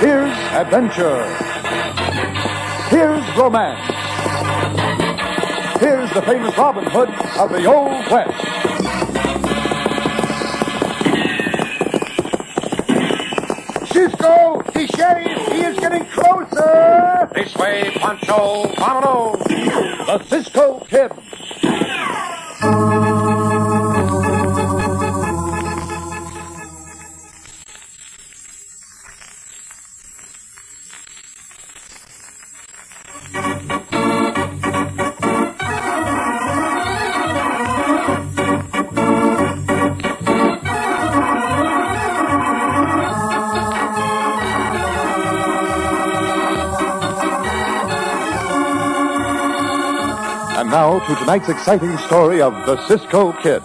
Here's adventure. Here's romance. Here's the famous Robin Hood of the Old West. Cisco, the sheriff, he is getting closer. This way, Pancho, vámonos. The Cisco Kid. And now to tonight's exciting story of the Cisco Kid.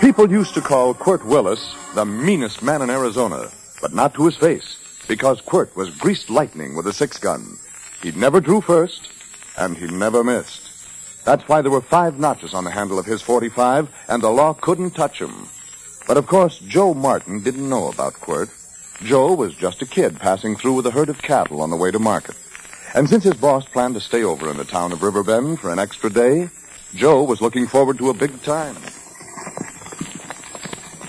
People used to call Quirt Willis the meanest man in Arizona, but not to his face, because Quirt was greased lightning with a six gun. He never drew first, and he never missed. That's why there were five notches on the handle of his 45, and the law couldn't touch him. But of course, Joe Martin didn't know about Quirt. Joe was just a kid passing through with a herd of cattle on the way to market. And since his boss planned to stay over in the town of Riverbend for an extra day, Joe was looking forward to a big time.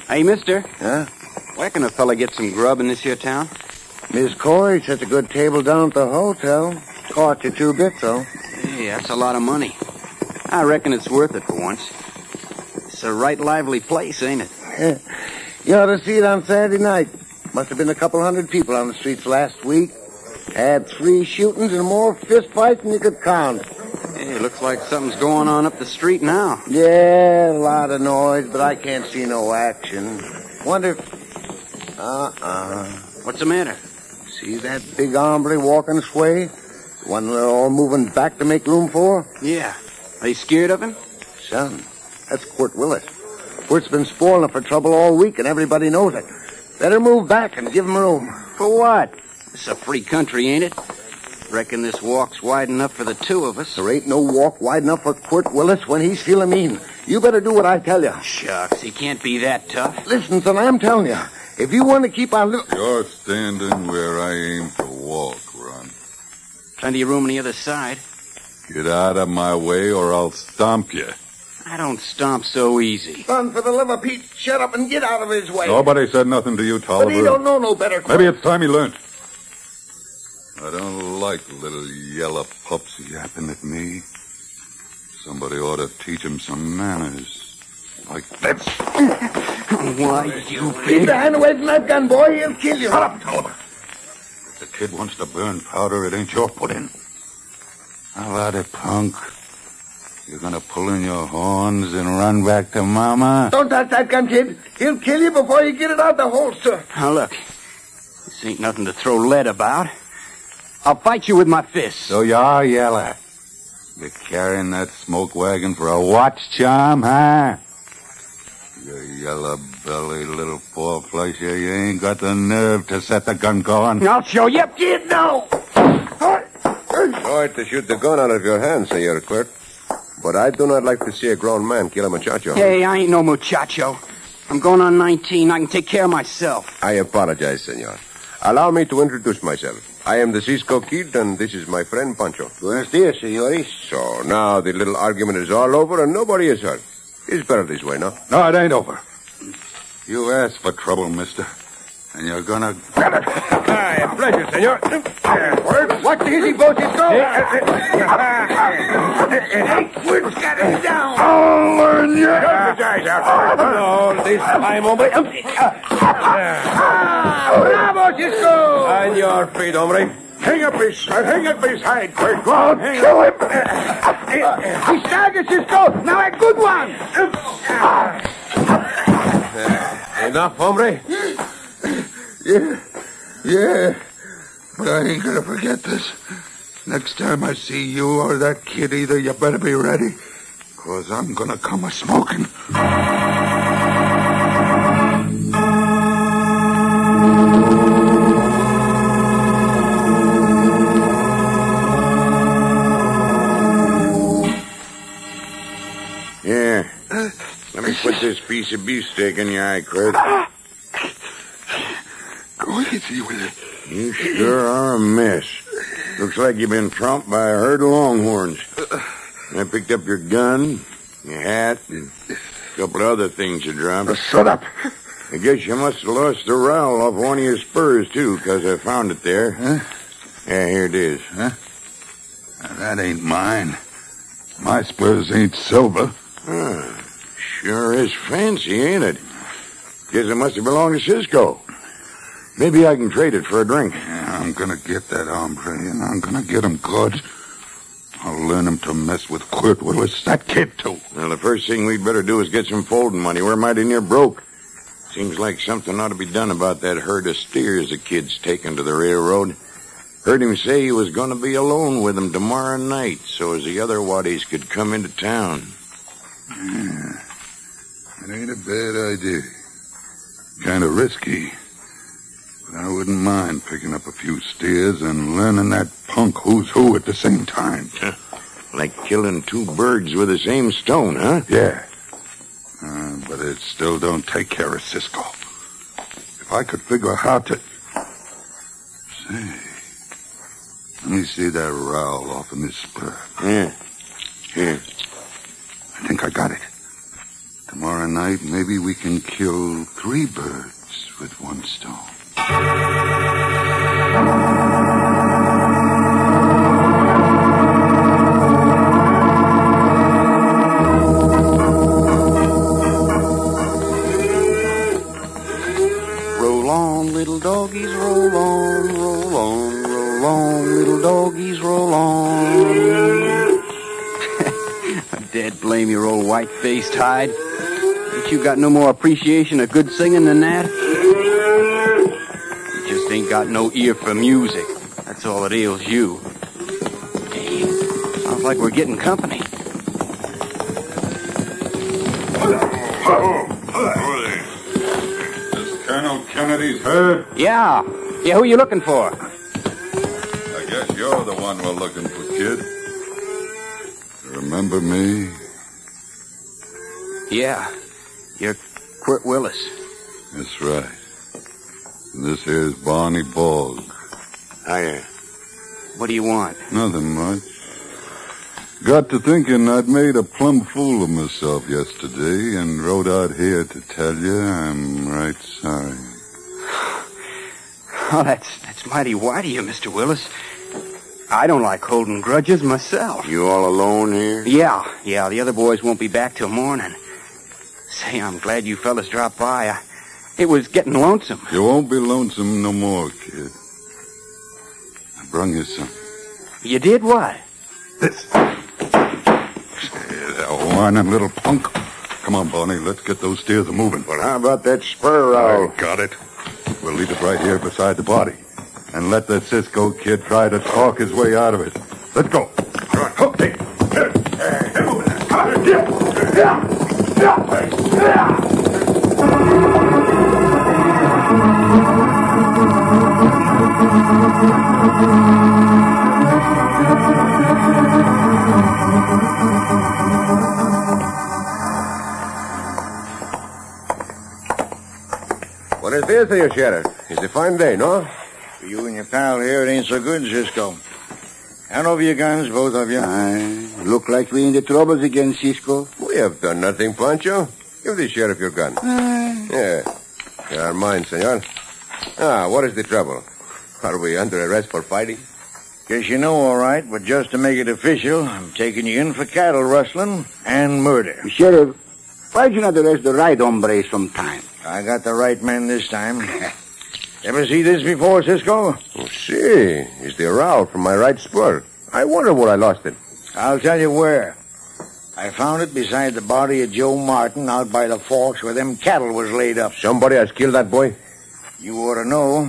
Hey, mister. Huh? Where can a fella get some grub in this here town? Miss Corey set a good table down at the hotel. Caught you two bits, though. Hey, that's a lot of money. I reckon it's worth it for once. It's a right lively place, ain't it? You ought to see it on Saturday night. Must have been a couple hundred people on the streets last week. Had three shootings and more fistfights than you could count. Hey, looks like something's going on up the street now. Yeah, a lot of noise, but I can't see no action. Wonder if... Uh-uh. What's the matter? See that big hombre walking sway? The one they're all moving back to make room for? Yeah. Are you scared of him? Son, that's Quirt Willis. Quirt's been spoiling for trouble all week, and everybody knows it. Better move back and give him room. For what? It's a free country, ain't it? Reckon this walk's wide enough for the two of us. There ain't no walk wide enough for Quirt Willis when he's feeling mean. You better do what I tell you. Shucks, he can't be that tough. Listen, son, I'm telling you. If you want to keep our little... You're standing where I aim to walk, Ron. Plenty of room on the other side. Get out of my way or I'll stomp you. I don't stomp so easy. Son, for the love of Pete, shut up and get out of his way. Nobody said nothing to you, Tolliver. but he don't know no better. Maybe it's time he learned. I don't like little yellow pups yapping at me. Somebody ought to teach him some manners. Like that's Why, you Keep your hand away from that gun, boy. He'll kill you. Shut up, Tolliver. If the kid wants to burn powder, it ain't your pudding. How about it, punk? You're gonna pull in your horns and run back to Mama? Don't touch that gun, kid. He'll kill you before you get it out of the holster. Now look, this ain't nothing to throw lead about. I'll fight you with my fists. So you are yeller. You're carrying that smoke wagon for a watch charm, huh? You yellow belly little four flusher, you ain't got the nerve to set the gun going. I'll show you, kid. No. Right to shoot the gun out of your hand, Senor Quirt. But I do not like to see a grown man kill a muchacho. Hey, I ain't no muchacho. I'm going on 19. I can take care of myself. I apologize, Senor. Allow me to introduce myself. I am the Cisco Kid, and this is my friend Pancho. Buenos dias, senores. So now the little argument is all over, and nobody is hurt. It's better this way, no? No, it ain't over. You asked for trouble, mister. And you're gonna Ah, get it. Aye, pleasure, senor. Watch the hissy boat, Cisco. I'll learn you. No, this time, hombre. Bravo, Cisco. On your feet, hombre. Hang up his, uh, hang up his hide, Quirt. Go on, hang Kill him. uh, He's target, Cisco. Now a good one. Uh, Enough, hombre. Yeah, but I ain't gonna forget this. Next time I see you or that kid either, you better be ready. Cause I'm gonna come a smoking. Yeah. Let me put this piece of beefsteak in your eye, Quirt. Go easy with it. You sure are a mess. Looks like you've been tromped by a herd of longhorns. I picked up your gun, your hat, and a couple of other things you Uh, dropped. Shut up. I guess you must have lost the rowel off one of your spurs, too, 'cause I found it there. Huh? Yeah, here it is. That ain't mine. My spurs ain't silver. Ah, sure is fancy, ain't it? Guess it must have belonged to Cisco. Maybe I can trade it for a drink. Yeah, I'm gonna get that hombre, and I'm gonna get him good. I'll learn him to mess with Quirt Willis, that kid, too. Well, the first thing we'd better do is get some folding money. We're mighty near broke. Seems like something ought to be done about that herd of steers the kid's taking to the railroad. Heard him say he was going to be alone with 'em tomorrow night so as the other waddies could come into town. It ain't a bad idea. Kind of risky. But I wouldn't mind picking up a few steers and learning that punk who's who at the same time. Like killing two birds with the same stone, huh? Um, Yeah. Uh, but it still don't take care of Cisco. If I could figure how to... Say, let me see that rowel off in this spur. Yeah. I think I got it. Tomorrow night, maybe we can kill three birds with one stone. Roll on, little doggies, roll on, roll on, roll on, little doggies, roll on. Dead blame your old white-faced hide. Ain't you got no more appreciation of good singing than that? You just ain't got no ear for music. That's all that ails you. Hey, sounds like we're getting company. This Colonel Kennedy's herd? Yeah. Yeah, who you looking for? I guess you're the one we're looking for, kid. Remember me? Yeah. You're Quirt Willis. That's right. And this here's Barney Bog. I, What do you want? Nothing much. Got to thinking I'd made a plumb fool of myself yesterday and rode out here to tell you I'm right sorry. Oh, that's that's mighty wide of you, Mr. Willis. I don't like holding grudges myself. you all alone here? Yeah, yeah, the other boys won't be back till morning. Say, I'm glad you fellas dropped by. I, it was getting lonesome. You won't be lonesome no more, kid. I brung you something. You did what? Yeah, whining little punk. Come on, Barney, let's get those steers a moving. Well, how about that spur rowel? I got it. We'll leave it right here beside the body. And let the Cisco kid try to talk his way out of it. Let's go. What is this here, Sheriff? It's a fine day, no? For you and your pal here, it ain't so good, Cisco. Hand over your guns, both of you. Aye. Look like we in the troubles again, Cisco. We have done nothing, Pancho. Give the sheriff your gun. Yeah. They are mine, senor. Ah, what is the trouble? Are we under arrest for fighting? Guess you know all right, but just to make it official, I'm taking you in for cattle rustling and murder. Sheriff, why'd you not arrest the right hombre sometime? I got the right man this time. Ever see this before, Cisco? Oh, see. It's the rowel from my right spur. I wonder where I lost it. I'll tell you where. I found it beside the body of Joe Martin out by the forks where them cattle was laid up. Somebody has killed that boy? You ought to know.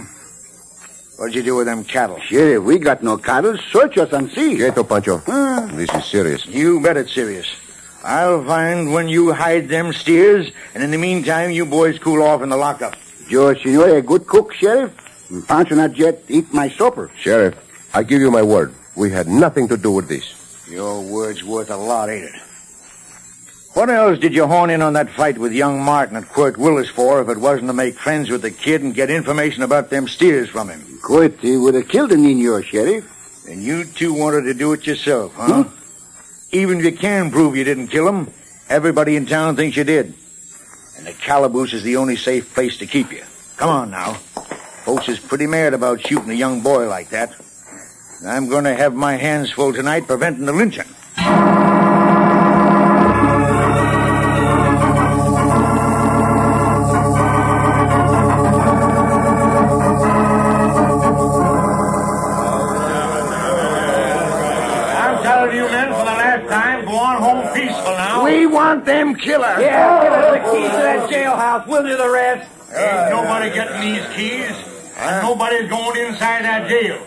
What'd you do with them cattle? Sheriff, we got no cattle. Search us and see. Ah. Quieto, Pancho. Huh? This is serious. You bet it's serious. I'll find when you hide them steers, and in the meantime, you boys cool off in the lockup. Your senor a good cook, Sheriff? And Pancho not yet eat my supper. Sheriff, I give you my word. We had nothing to do with this. Your word's worth a lot, ain't it? What else did you horn in on that fight with young Martin at Quirt Willis for if it wasn't to make friends with the kid and get information about them steers from him? Quit, he would have killed a Nino, Sheriff. And you two wanted to do it yourself, huh? Even if you can prove you didn't kill him, everybody in town thinks you did. And the calaboose is the only safe place to keep you. Come on now. Folks is pretty mad about shooting a young boy like that. And I'm going to have my hands full tonight preventing the lynching. I'm telling you men for the last time, go on home peaceful now. We want them killers. Yeah, give us the keys to that jailhouse. We'll do the rest. Ain't nobody getting these keys. And nobody's going inside that jail.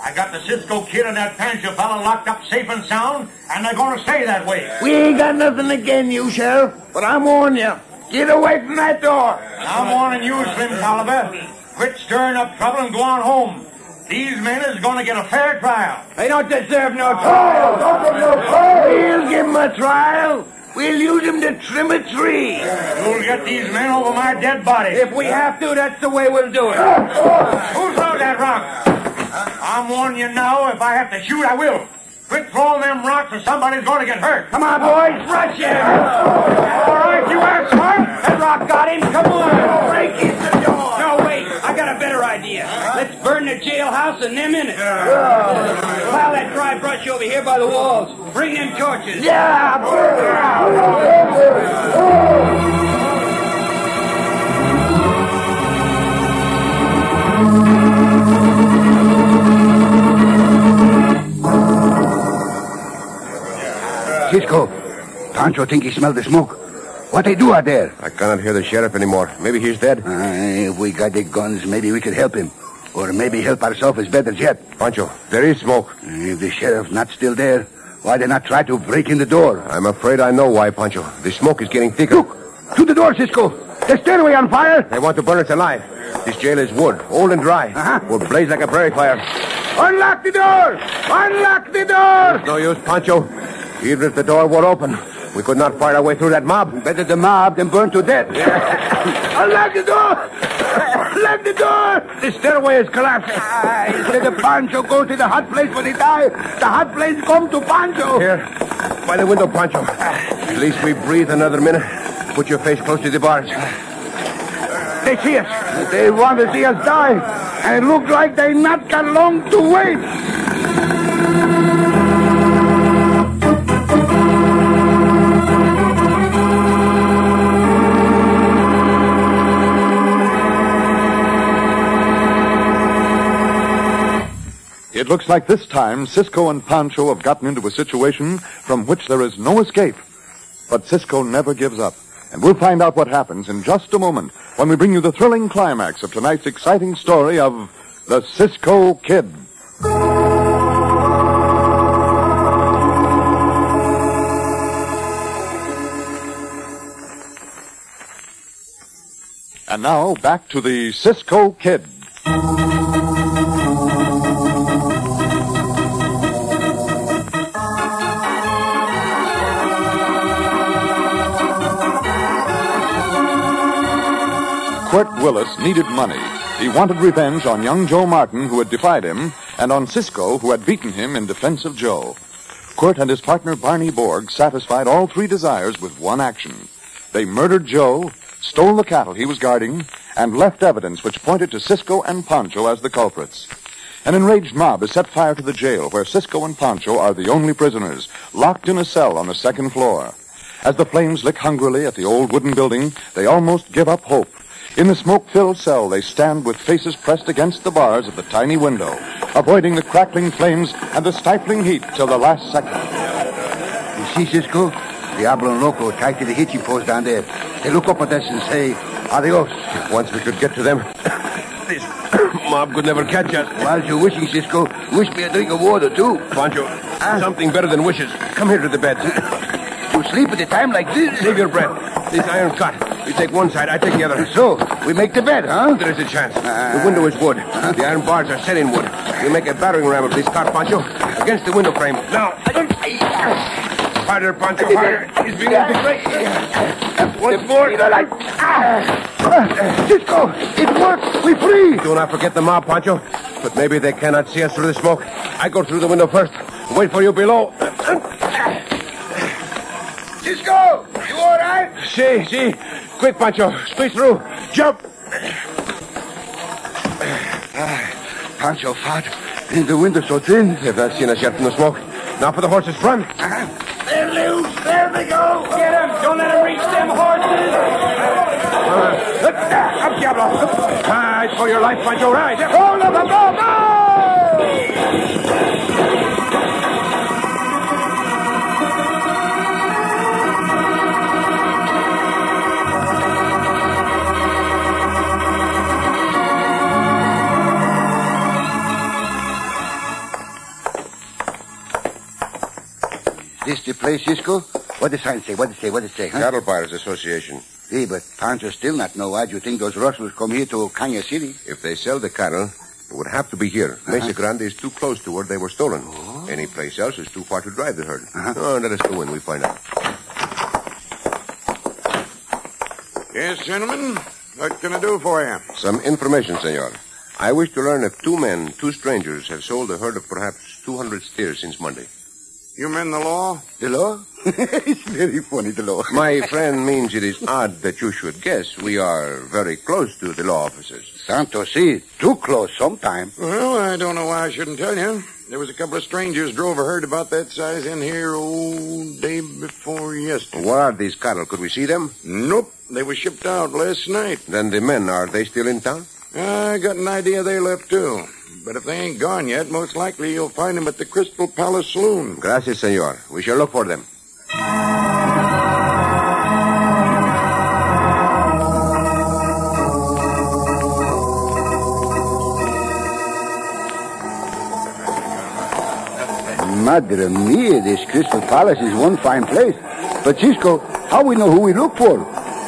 I got the Cisco kid and that Pancho fella locked up safe and sound, and they're going to stay that way. We ain't got nothing against you, Sheriff, but I'm warning you. Get away from that door. I'm warning you, Slim Tolliver. Quit stirring up trouble and go on home. These men is going to get a fair trial. They don't deserve no trial. We'll give 'em a trial. We'll use 'em to trim a tree. You'll get these men over my dead body. If we have to, that's the way we'll do it. Who threw that rock? I'm warning you now, if I have to shoot, I will. Quit throwing them rocks or somebody's going to get hurt. Come on, boys, rush him. All right, you asshole. That rock got him. Come on. Break in the door. No, wait. I got a better idea. Let's burn the jailhouse and them in it. Pile that dry brush over here by the walls. Bring them torches. Cisco, Pancho think he smelled the smoke. What they do out there? Uh, I cannot hear the sheriff anymore. Maybe he's dead. if we got the guns, maybe we could help him. Or maybe help ourselves is better yet. Pancho, there is smoke. If the sheriff not still there, why they not try to break in the door? I'm afraid I know why, Pancho. The smoke is getting thicker. Look! To the door, Cisco! The stairway on fire! They want to burn us alive. This jail is wood, old and dry. Uh-huh. Will blaze like a prairie fire. Unlock the door! Unlock the door! No use, Pancho. Even if the door were open, we could not fight our way through that mob. Better the mob than burn to death. Unlock the door! Unlock the door! The stairway is collapsing. Instead of Pancho go to the hot place where they die, the hot place come to Pancho. Here, by the window, Pancho. At least we breathe another minute. Put your face close to the bars. They see us. They want to see us die. And it look like they not got long to wait. It looks like this time Cisco and Pancho have gotten into a situation from which there is no escape. But Cisco never gives up. And we'll find out what happens in just a moment when we bring you the thrilling climax of tonight's exciting story of The Cisco Kid. And now back to the Cisco Kid. Quirt Willis needed money. He wanted revenge on young Joe Martin, who had defied him, and on Cisco, who had beaten him in defense of Joe. Quirt and his partner Barney Borg satisfied all three desires with one action. They murdered Joe, stole the cattle he was guarding, and left evidence which pointed to Cisco and Poncho as the culprits. An enraged mob has set fire to the jail where Cisco and Poncho are the only prisoners, locked in a cell on the second floor. As the flames lick hungrily at the old wooden building, they almost give up hope. In the smoke filled cell, they stand with faces pressed against the bars of the tiny window, avoiding the crackling flames and the stifling heat till the last second. You see, Cisco? Diablo and Loco tied to the hitching post down there. They look up at us and say, adios. Once we could get to them, this mob could never catch us. While you're wishing, Cisco, wish me a drink of water, too. Ah. Pancho, something better than wishes. Come here to the bed. You sleep at a time like this. Save your breath. This iron cot. You take one side, I take the other. So, we make the bed, huh? Ah. There is a chance. The window is wood. The iron bars are set in wood. We make a battering ram of this cot, Pancho, against the window frame. Now. Harder, Pancho, harder. He's beginning to break. Once more. Ah! Cisco, it works. We free. Do not forget the mob, Pancho. But maybe they cannot see us through the smoke. I go through the window first. Wait for you below. Cisco, you all right? See, see. Quick, Pancho. Squeeze through. Jump. Ah, Pancho fought. And the window's so thin. They've not seen us yet from the smoke. Now for the horses. Run. They're loose. There they go. Get them. Don't let them reach them horses. Ah, Up, Diablo. Ride for your life, Pancho, ride. Hold up, up, up, up. This the place, Cisco? What the sign say? What it say? What it say? Huh? Cattle Buyers Association. Hey, but Pancho still not know why do you think those rustlers come here to Kanya City? If they sell the cattle, it would have to be here. Mesa Grande is too close to where they were stolen. Any place else is too far to drive the herd. Oh, let us go in. We find out. Yes, gentlemen. What can I do for you? Some information, senor. I wish to learn if two men, two strangers, have sold a herd of perhaps 200 steers since Monday. You men the law? The law? it's very funny, the law. My friend means it is odd that you should guess. We are very close to the law officers. Santo si, too close sometime. Well, I don't know why I shouldn't tell you. There was a couple of strangers drove a herd about that size in here old day before yesterday. What are these cattle? Could we see them? Nope. They were shipped out last night. Then the men, are they still in town? I got an idea they left too. But if they ain't gone yet, most likely you'll find them at the Crystal Palace Saloon. Gracias, senor. We shall look for them. Madre mia, this Crystal Palace is one fine place. But Cisco, how we know who we look for?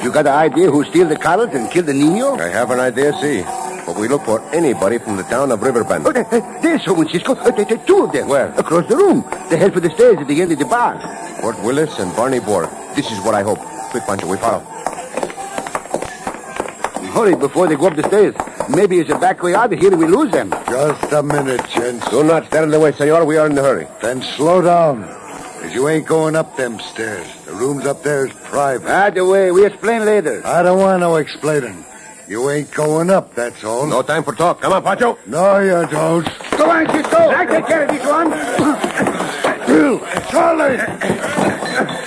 You got an idea who steal the carrot and kill the niño? I have an idea, see. But we look for anybody from the town of Riverbend. Oh, there- there- there's someone, Cisco. Uh, there- there are two of them. Where? Across the room. They head for the stairs at the end of the bar. Fort Willis and Barney Borg. This is what I hope. Quick, Pancho, we follow. Hurry before they go up the stairs. Maybe it's a back way out of here and we lose them. Just a minute, gents. Do not stand in the way, senor. We are in a hurry. Then slow down. Because you ain't going up them stairs. The rooms up there is private. Right away. We explain later. I don't want no explaining. You ain't going up, that's all. No time for talk. Come on, Pancho. No, you don't. Go on, Cisco. I take care of this one. Bill, Charlie,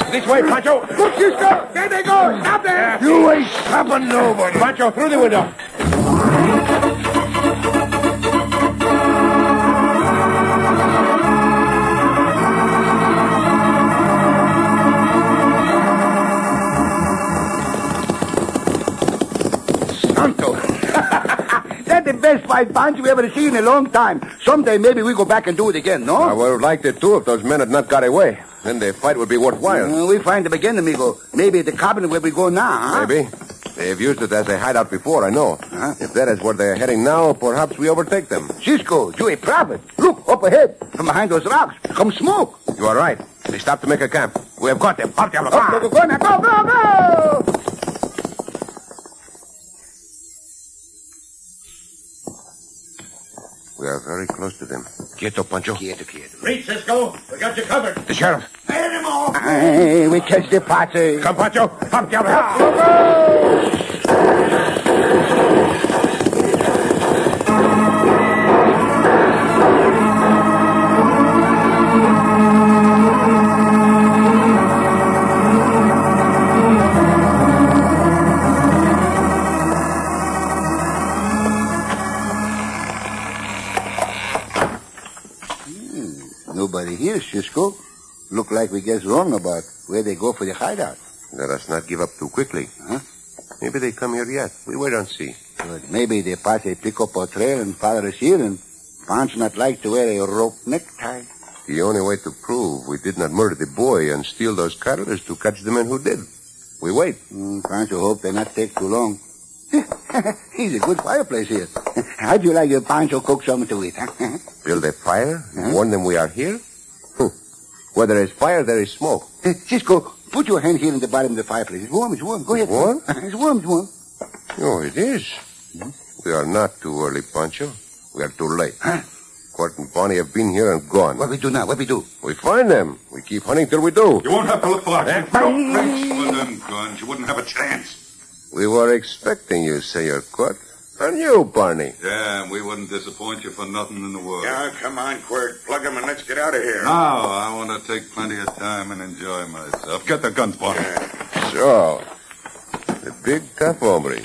This way, Pancho. Look, Cisco. There they go. Stop there. you ain't stopping nobody. Pancho, through the window. Santo. That's the best fight punch we ever seen in a long time. Someday maybe we go back and do it again, I no? would have liked it, too, if those men had not got away. Then the fight would be worthwhile. Uh, we find them again, amigo. Maybe at the cabin where we go now, huh? Maybe. They've used it as a hideout before, I know. Huh? If that is where they're heading now, perhaps we overtake them. Cisco, you a prophet. Look, up ahead, from behind those rocks. Come smoke. You are right. They stopped to make a camp. We have got them. Up, Diablo. Up, go, go, go, now, go, go, go. We are very close to them. Quieto, Pancho. Reach, Cisco. We got you covered. The sheriff. Man them all. Aye, we catch the party. Come, Pancho. Up, Diablo. Up. Nobody here, Cisco. Look like we guess wrong about where they go for the hideout. Let us not give up too quickly. Huh? Maybe they come here yet. We wait and see. But maybe the party pick up our trail and follow us here, and Punch not like to wear a rope necktie. The only way to prove we did not murder the boy and steal those cattle is to catch the men who did. We wait. Mm, Pancho, hope they not take too long. He's a good fireplace here. How'd you like your Pancho cook something to eat, huh? Mm-hmm. Build a fire? Huh? Warn them we are here? Hmm. Where there is fire, there is smoke. Hey, Cisco, put your hand here in the bottom of the fireplace. It's warm, it's warm. Go ahead. Warm? It's warm, it's warm. Oh, it is. We are not too early, Pancho. We are too late. Huh? Court and Bonnie have been here and gone. What we do now? What we do? We find them. We keep hunting till we do. You won't have to look for Eh? us. No thanks for them guns. You wouldn't have a chance. We were expecting you, Senor Court. And you, Barney. Yeah, and we wouldn't disappoint you for nothing in the world. Yeah, come on, Quirt. Plug him and let's get out of here. Now, I want to take plenty of time and enjoy myself. Get the guns, Bonnie. So, the big tough hombre,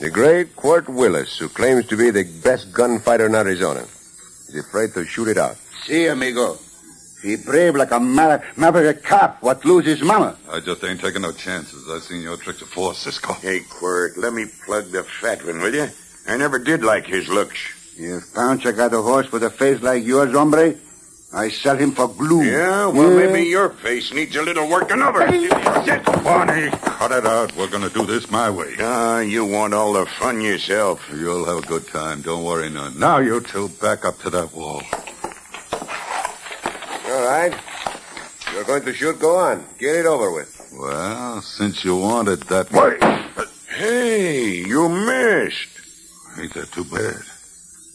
the great Court Willis, who claims to be the best gunfighter in Arizona, is afraid to shoot it out. See, amigo. Be brave like a mar- maverick cop what loses mama. I just ain't taking no chances. I've seen your tricks before, Cisco. Hey, Quirt, let me plug the fat one, will you? I never did like his looks. If Pancho got a horse with a face like yours, hombre, I sell him for glue. Yeah, well, maybe your face needs a little working over. Sit, Barney. Cut it out. We're going to do this my way. Ah, you want all the fun yourself. You'll have a good time. Don't worry none. Now, you two, back up to that wall. All right. You're going to shoot, go on. Get it over with. Well, since you wanted that way. Hey, you missed. Ain't that too bad?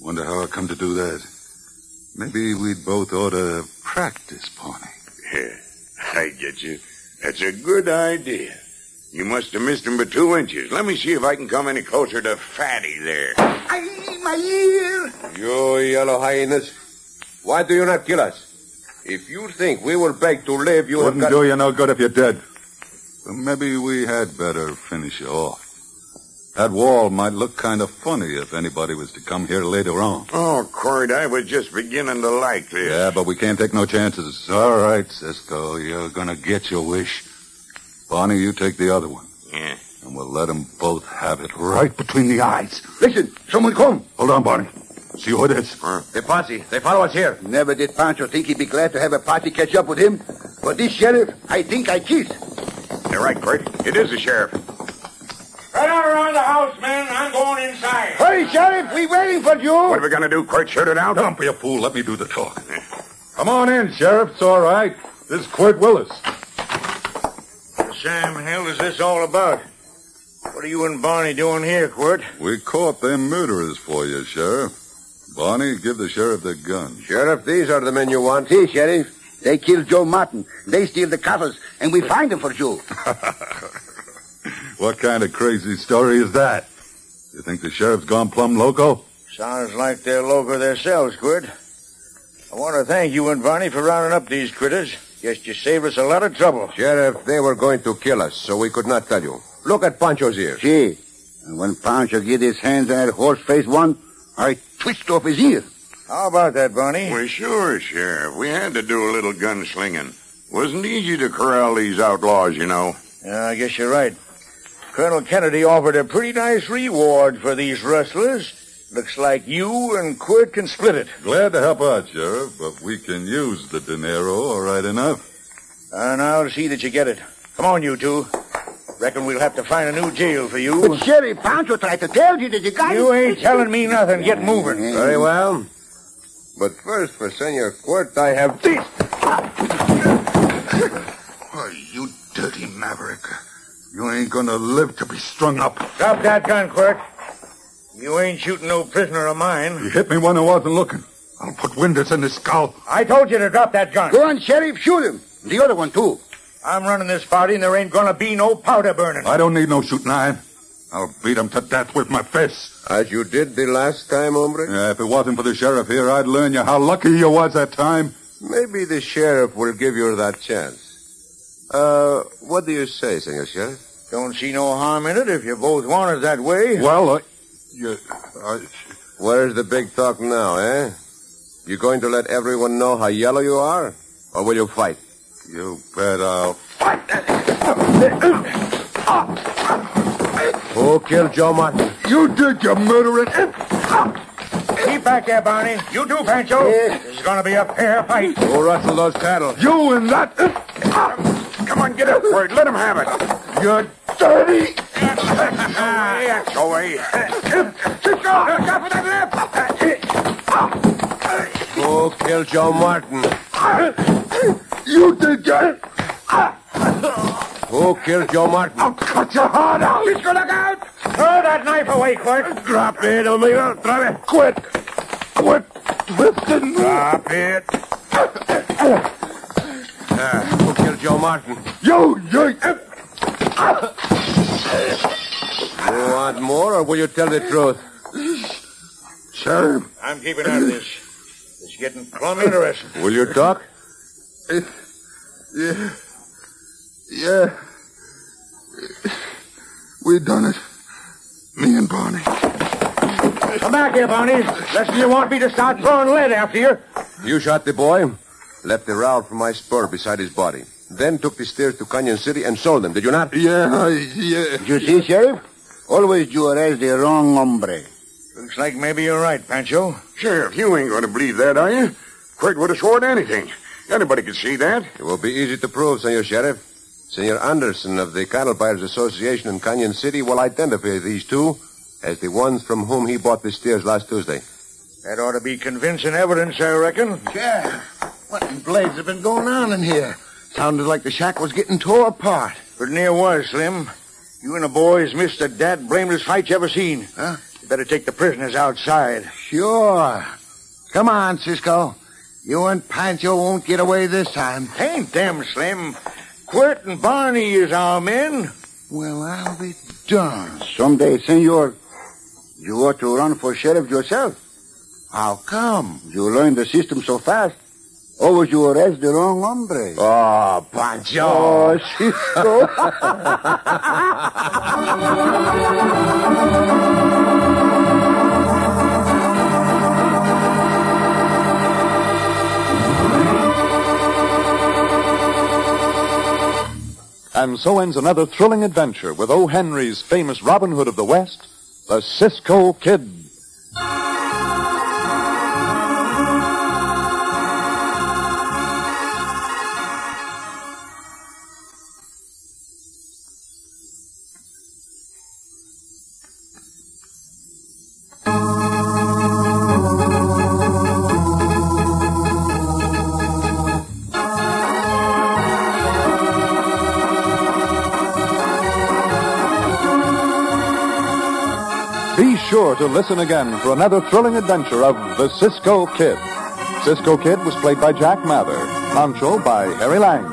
Wonder how I come to do that. Maybe we'd both ought to practice, Pawnee. Yeah, I get you. That's a good idea. You must have missed him by two inches. Let me see if I can come any closer to Fatty there. Ay, my ear. You yellow hyenas, why do you not kill us? If you think we will beg to live, you Wouldn't have got... do you no good if you did. But maybe we had better finish you off. That wall might look kind of funny if anybody was to come here later on. Oh, Quirt, I was just beginning to like this. Yeah, but we can't take no chances. All right, Cisco, you're gonna get your wish. Barney, you take the other one. Yeah. And we'll let 'em both have it right between the eyes. Listen, someone come. Hold on, Barney. See who it is. The posse, they follow us here. Never did Pancho think he'd be glad to have a posse catch up with him. But this sheriff, I think I kissed. You're right, Quirt. It is the sheriff. Right out around the house, men. I'm going inside. Hurry, sheriff, we waiting for What are you. we going to do, Quirt? Shoot it out? Don't be a fool. Let me do the talk. Come on in, Sheriff. It's all right. This is Quirt Willis. Sam, hell is this all about? What are you and Barney doing here, Quirt? We caught them murderers for you, Sheriff. Barney, give the sheriff the gun. Sheriff, these are the men you want. See, sheriff, they killed Joe Martin. They steal the coppers, and we find them for Joe. What kind of crazy story is that? You think the sheriff's gone plumb loco? Sounds like they're loco themselves, Quirt. I want to thank you and Barney for rounding up these critters. Guess you saved us a lot of trouble. Sheriff, they were going to kill us, so we could not tell you. Look at Pancho's ears. See, and when Pancho get his hands on that horse-faced one, I twitched off his ear. How about that, Barney? Well, sure, Sheriff. We had to do a little gunslinging. Wasn't easy to corral these outlaws, you know. Yeah, I guess you're right. Colonel Kennedy offered a pretty nice reward for these rustlers. Looks like you and Quirt can split it. Glad to help out, Sheriff, but we can use the dinero all right enough. And I'll see that you get it. Come on, you two. Reckon we'll have to find a new jail for you. But sheriff, Pancho tried to tell you that you got You ain't telling me nothing. Get moving. Very well. But first, for Senor Court, I have this. Oh, you dirty maverick. You ain't gonna live to be strung up. Drop that gun, Quirt. You ain't shooting no prisoner of mine. You hit me when I wasn't looking. I'll put windows in his skull. I told you to drop that gun. Go on, sheriff, shoot him. The other one too. I'm running this party, and there ain't gonna be no powder burning. I don't need no shooting iron. I'll beat him to death with my fists. As you did the last time, hombre. Yeah, if it wasn't for the sheriff here, I'd learn you how lucky you was that time. Maybe the sheriff will give you that chance. Uh, what do you say, Senor Sheriff? Don't see no harm in it if you both want it that way. Well, I, you, I, Where's the big talk now, eh? You going to let everyone know how yellow you are? Or will you fight? you bet I'll. Who killed Joe Martin? You did, you murderer! Keep back there, Barney. You too, Pancho. This is gonna be a fair fight. Who rustled those cattle? You and uh, that. Come on, get up, Quirt. Let him have it. You dirty. That's the way. Who killed Joe Martin? You did, Johnny. Who killed Joe Martin? I'll cut your heart out. He's gonna look out. Throw that knife away, Quirk. Drop it, Omega. Drop it. Quit. Quit twisting. Drop it. Who killed Joe Martin? You, you. You want more, or will you tell the truth? Sir, I'm keeping out of this. It's getting plumb interesting. Will you talk? yeah, yeah, we done it. Me and Barney. Come back here, Barney. Lest you want me to start throwing lead after you. You shot the boy, left the rowel from my spur beside his body, then took the steers to Canyon City and sold them, did you not? Yeah, yeah. You see, Sheriff? Always you arrest the wrong hombre. Looks like maybe you're right, Pancho. Sheriff, you ain't going to believe that, are you? Quirt would have sworn anything. Anybody could see that. It will be easy to prove, Senor Sheriff. Senor Anderson of the Cattle Buyers Association in Canyon City will identify these two as the ones from whom he bought the steers last Tuesday. That ought to be convincing evidence, I reckon. Yeah. What in blades have been going on in here? Sounded like the shack was getting tore apart. Pretty near was, Slim. You and the boys missed the dad blameless fight you ever seen. Huh? You better take the prisoners outside. Sure. Come on, Cisco. You and Pancho won't get away this time. Ain't them, Slim. Quirt and Barney is our men. Well, I'll be darned. Someday, senor, you ought to run for sheriff yourself. How come? You learn the system so fast. Always you arrest the wrong hombre. Ah, Oh, Pancho. Oh, Cisco. And so ends another thrilling adventure with O. Henry's famous Robin Hood of the West, the Cisco Kid. Be sure to listen again for another thrilling adventure of The Cisco Kid. Cisco Kid was played by Jack Mather, Pancho by Harry Lang.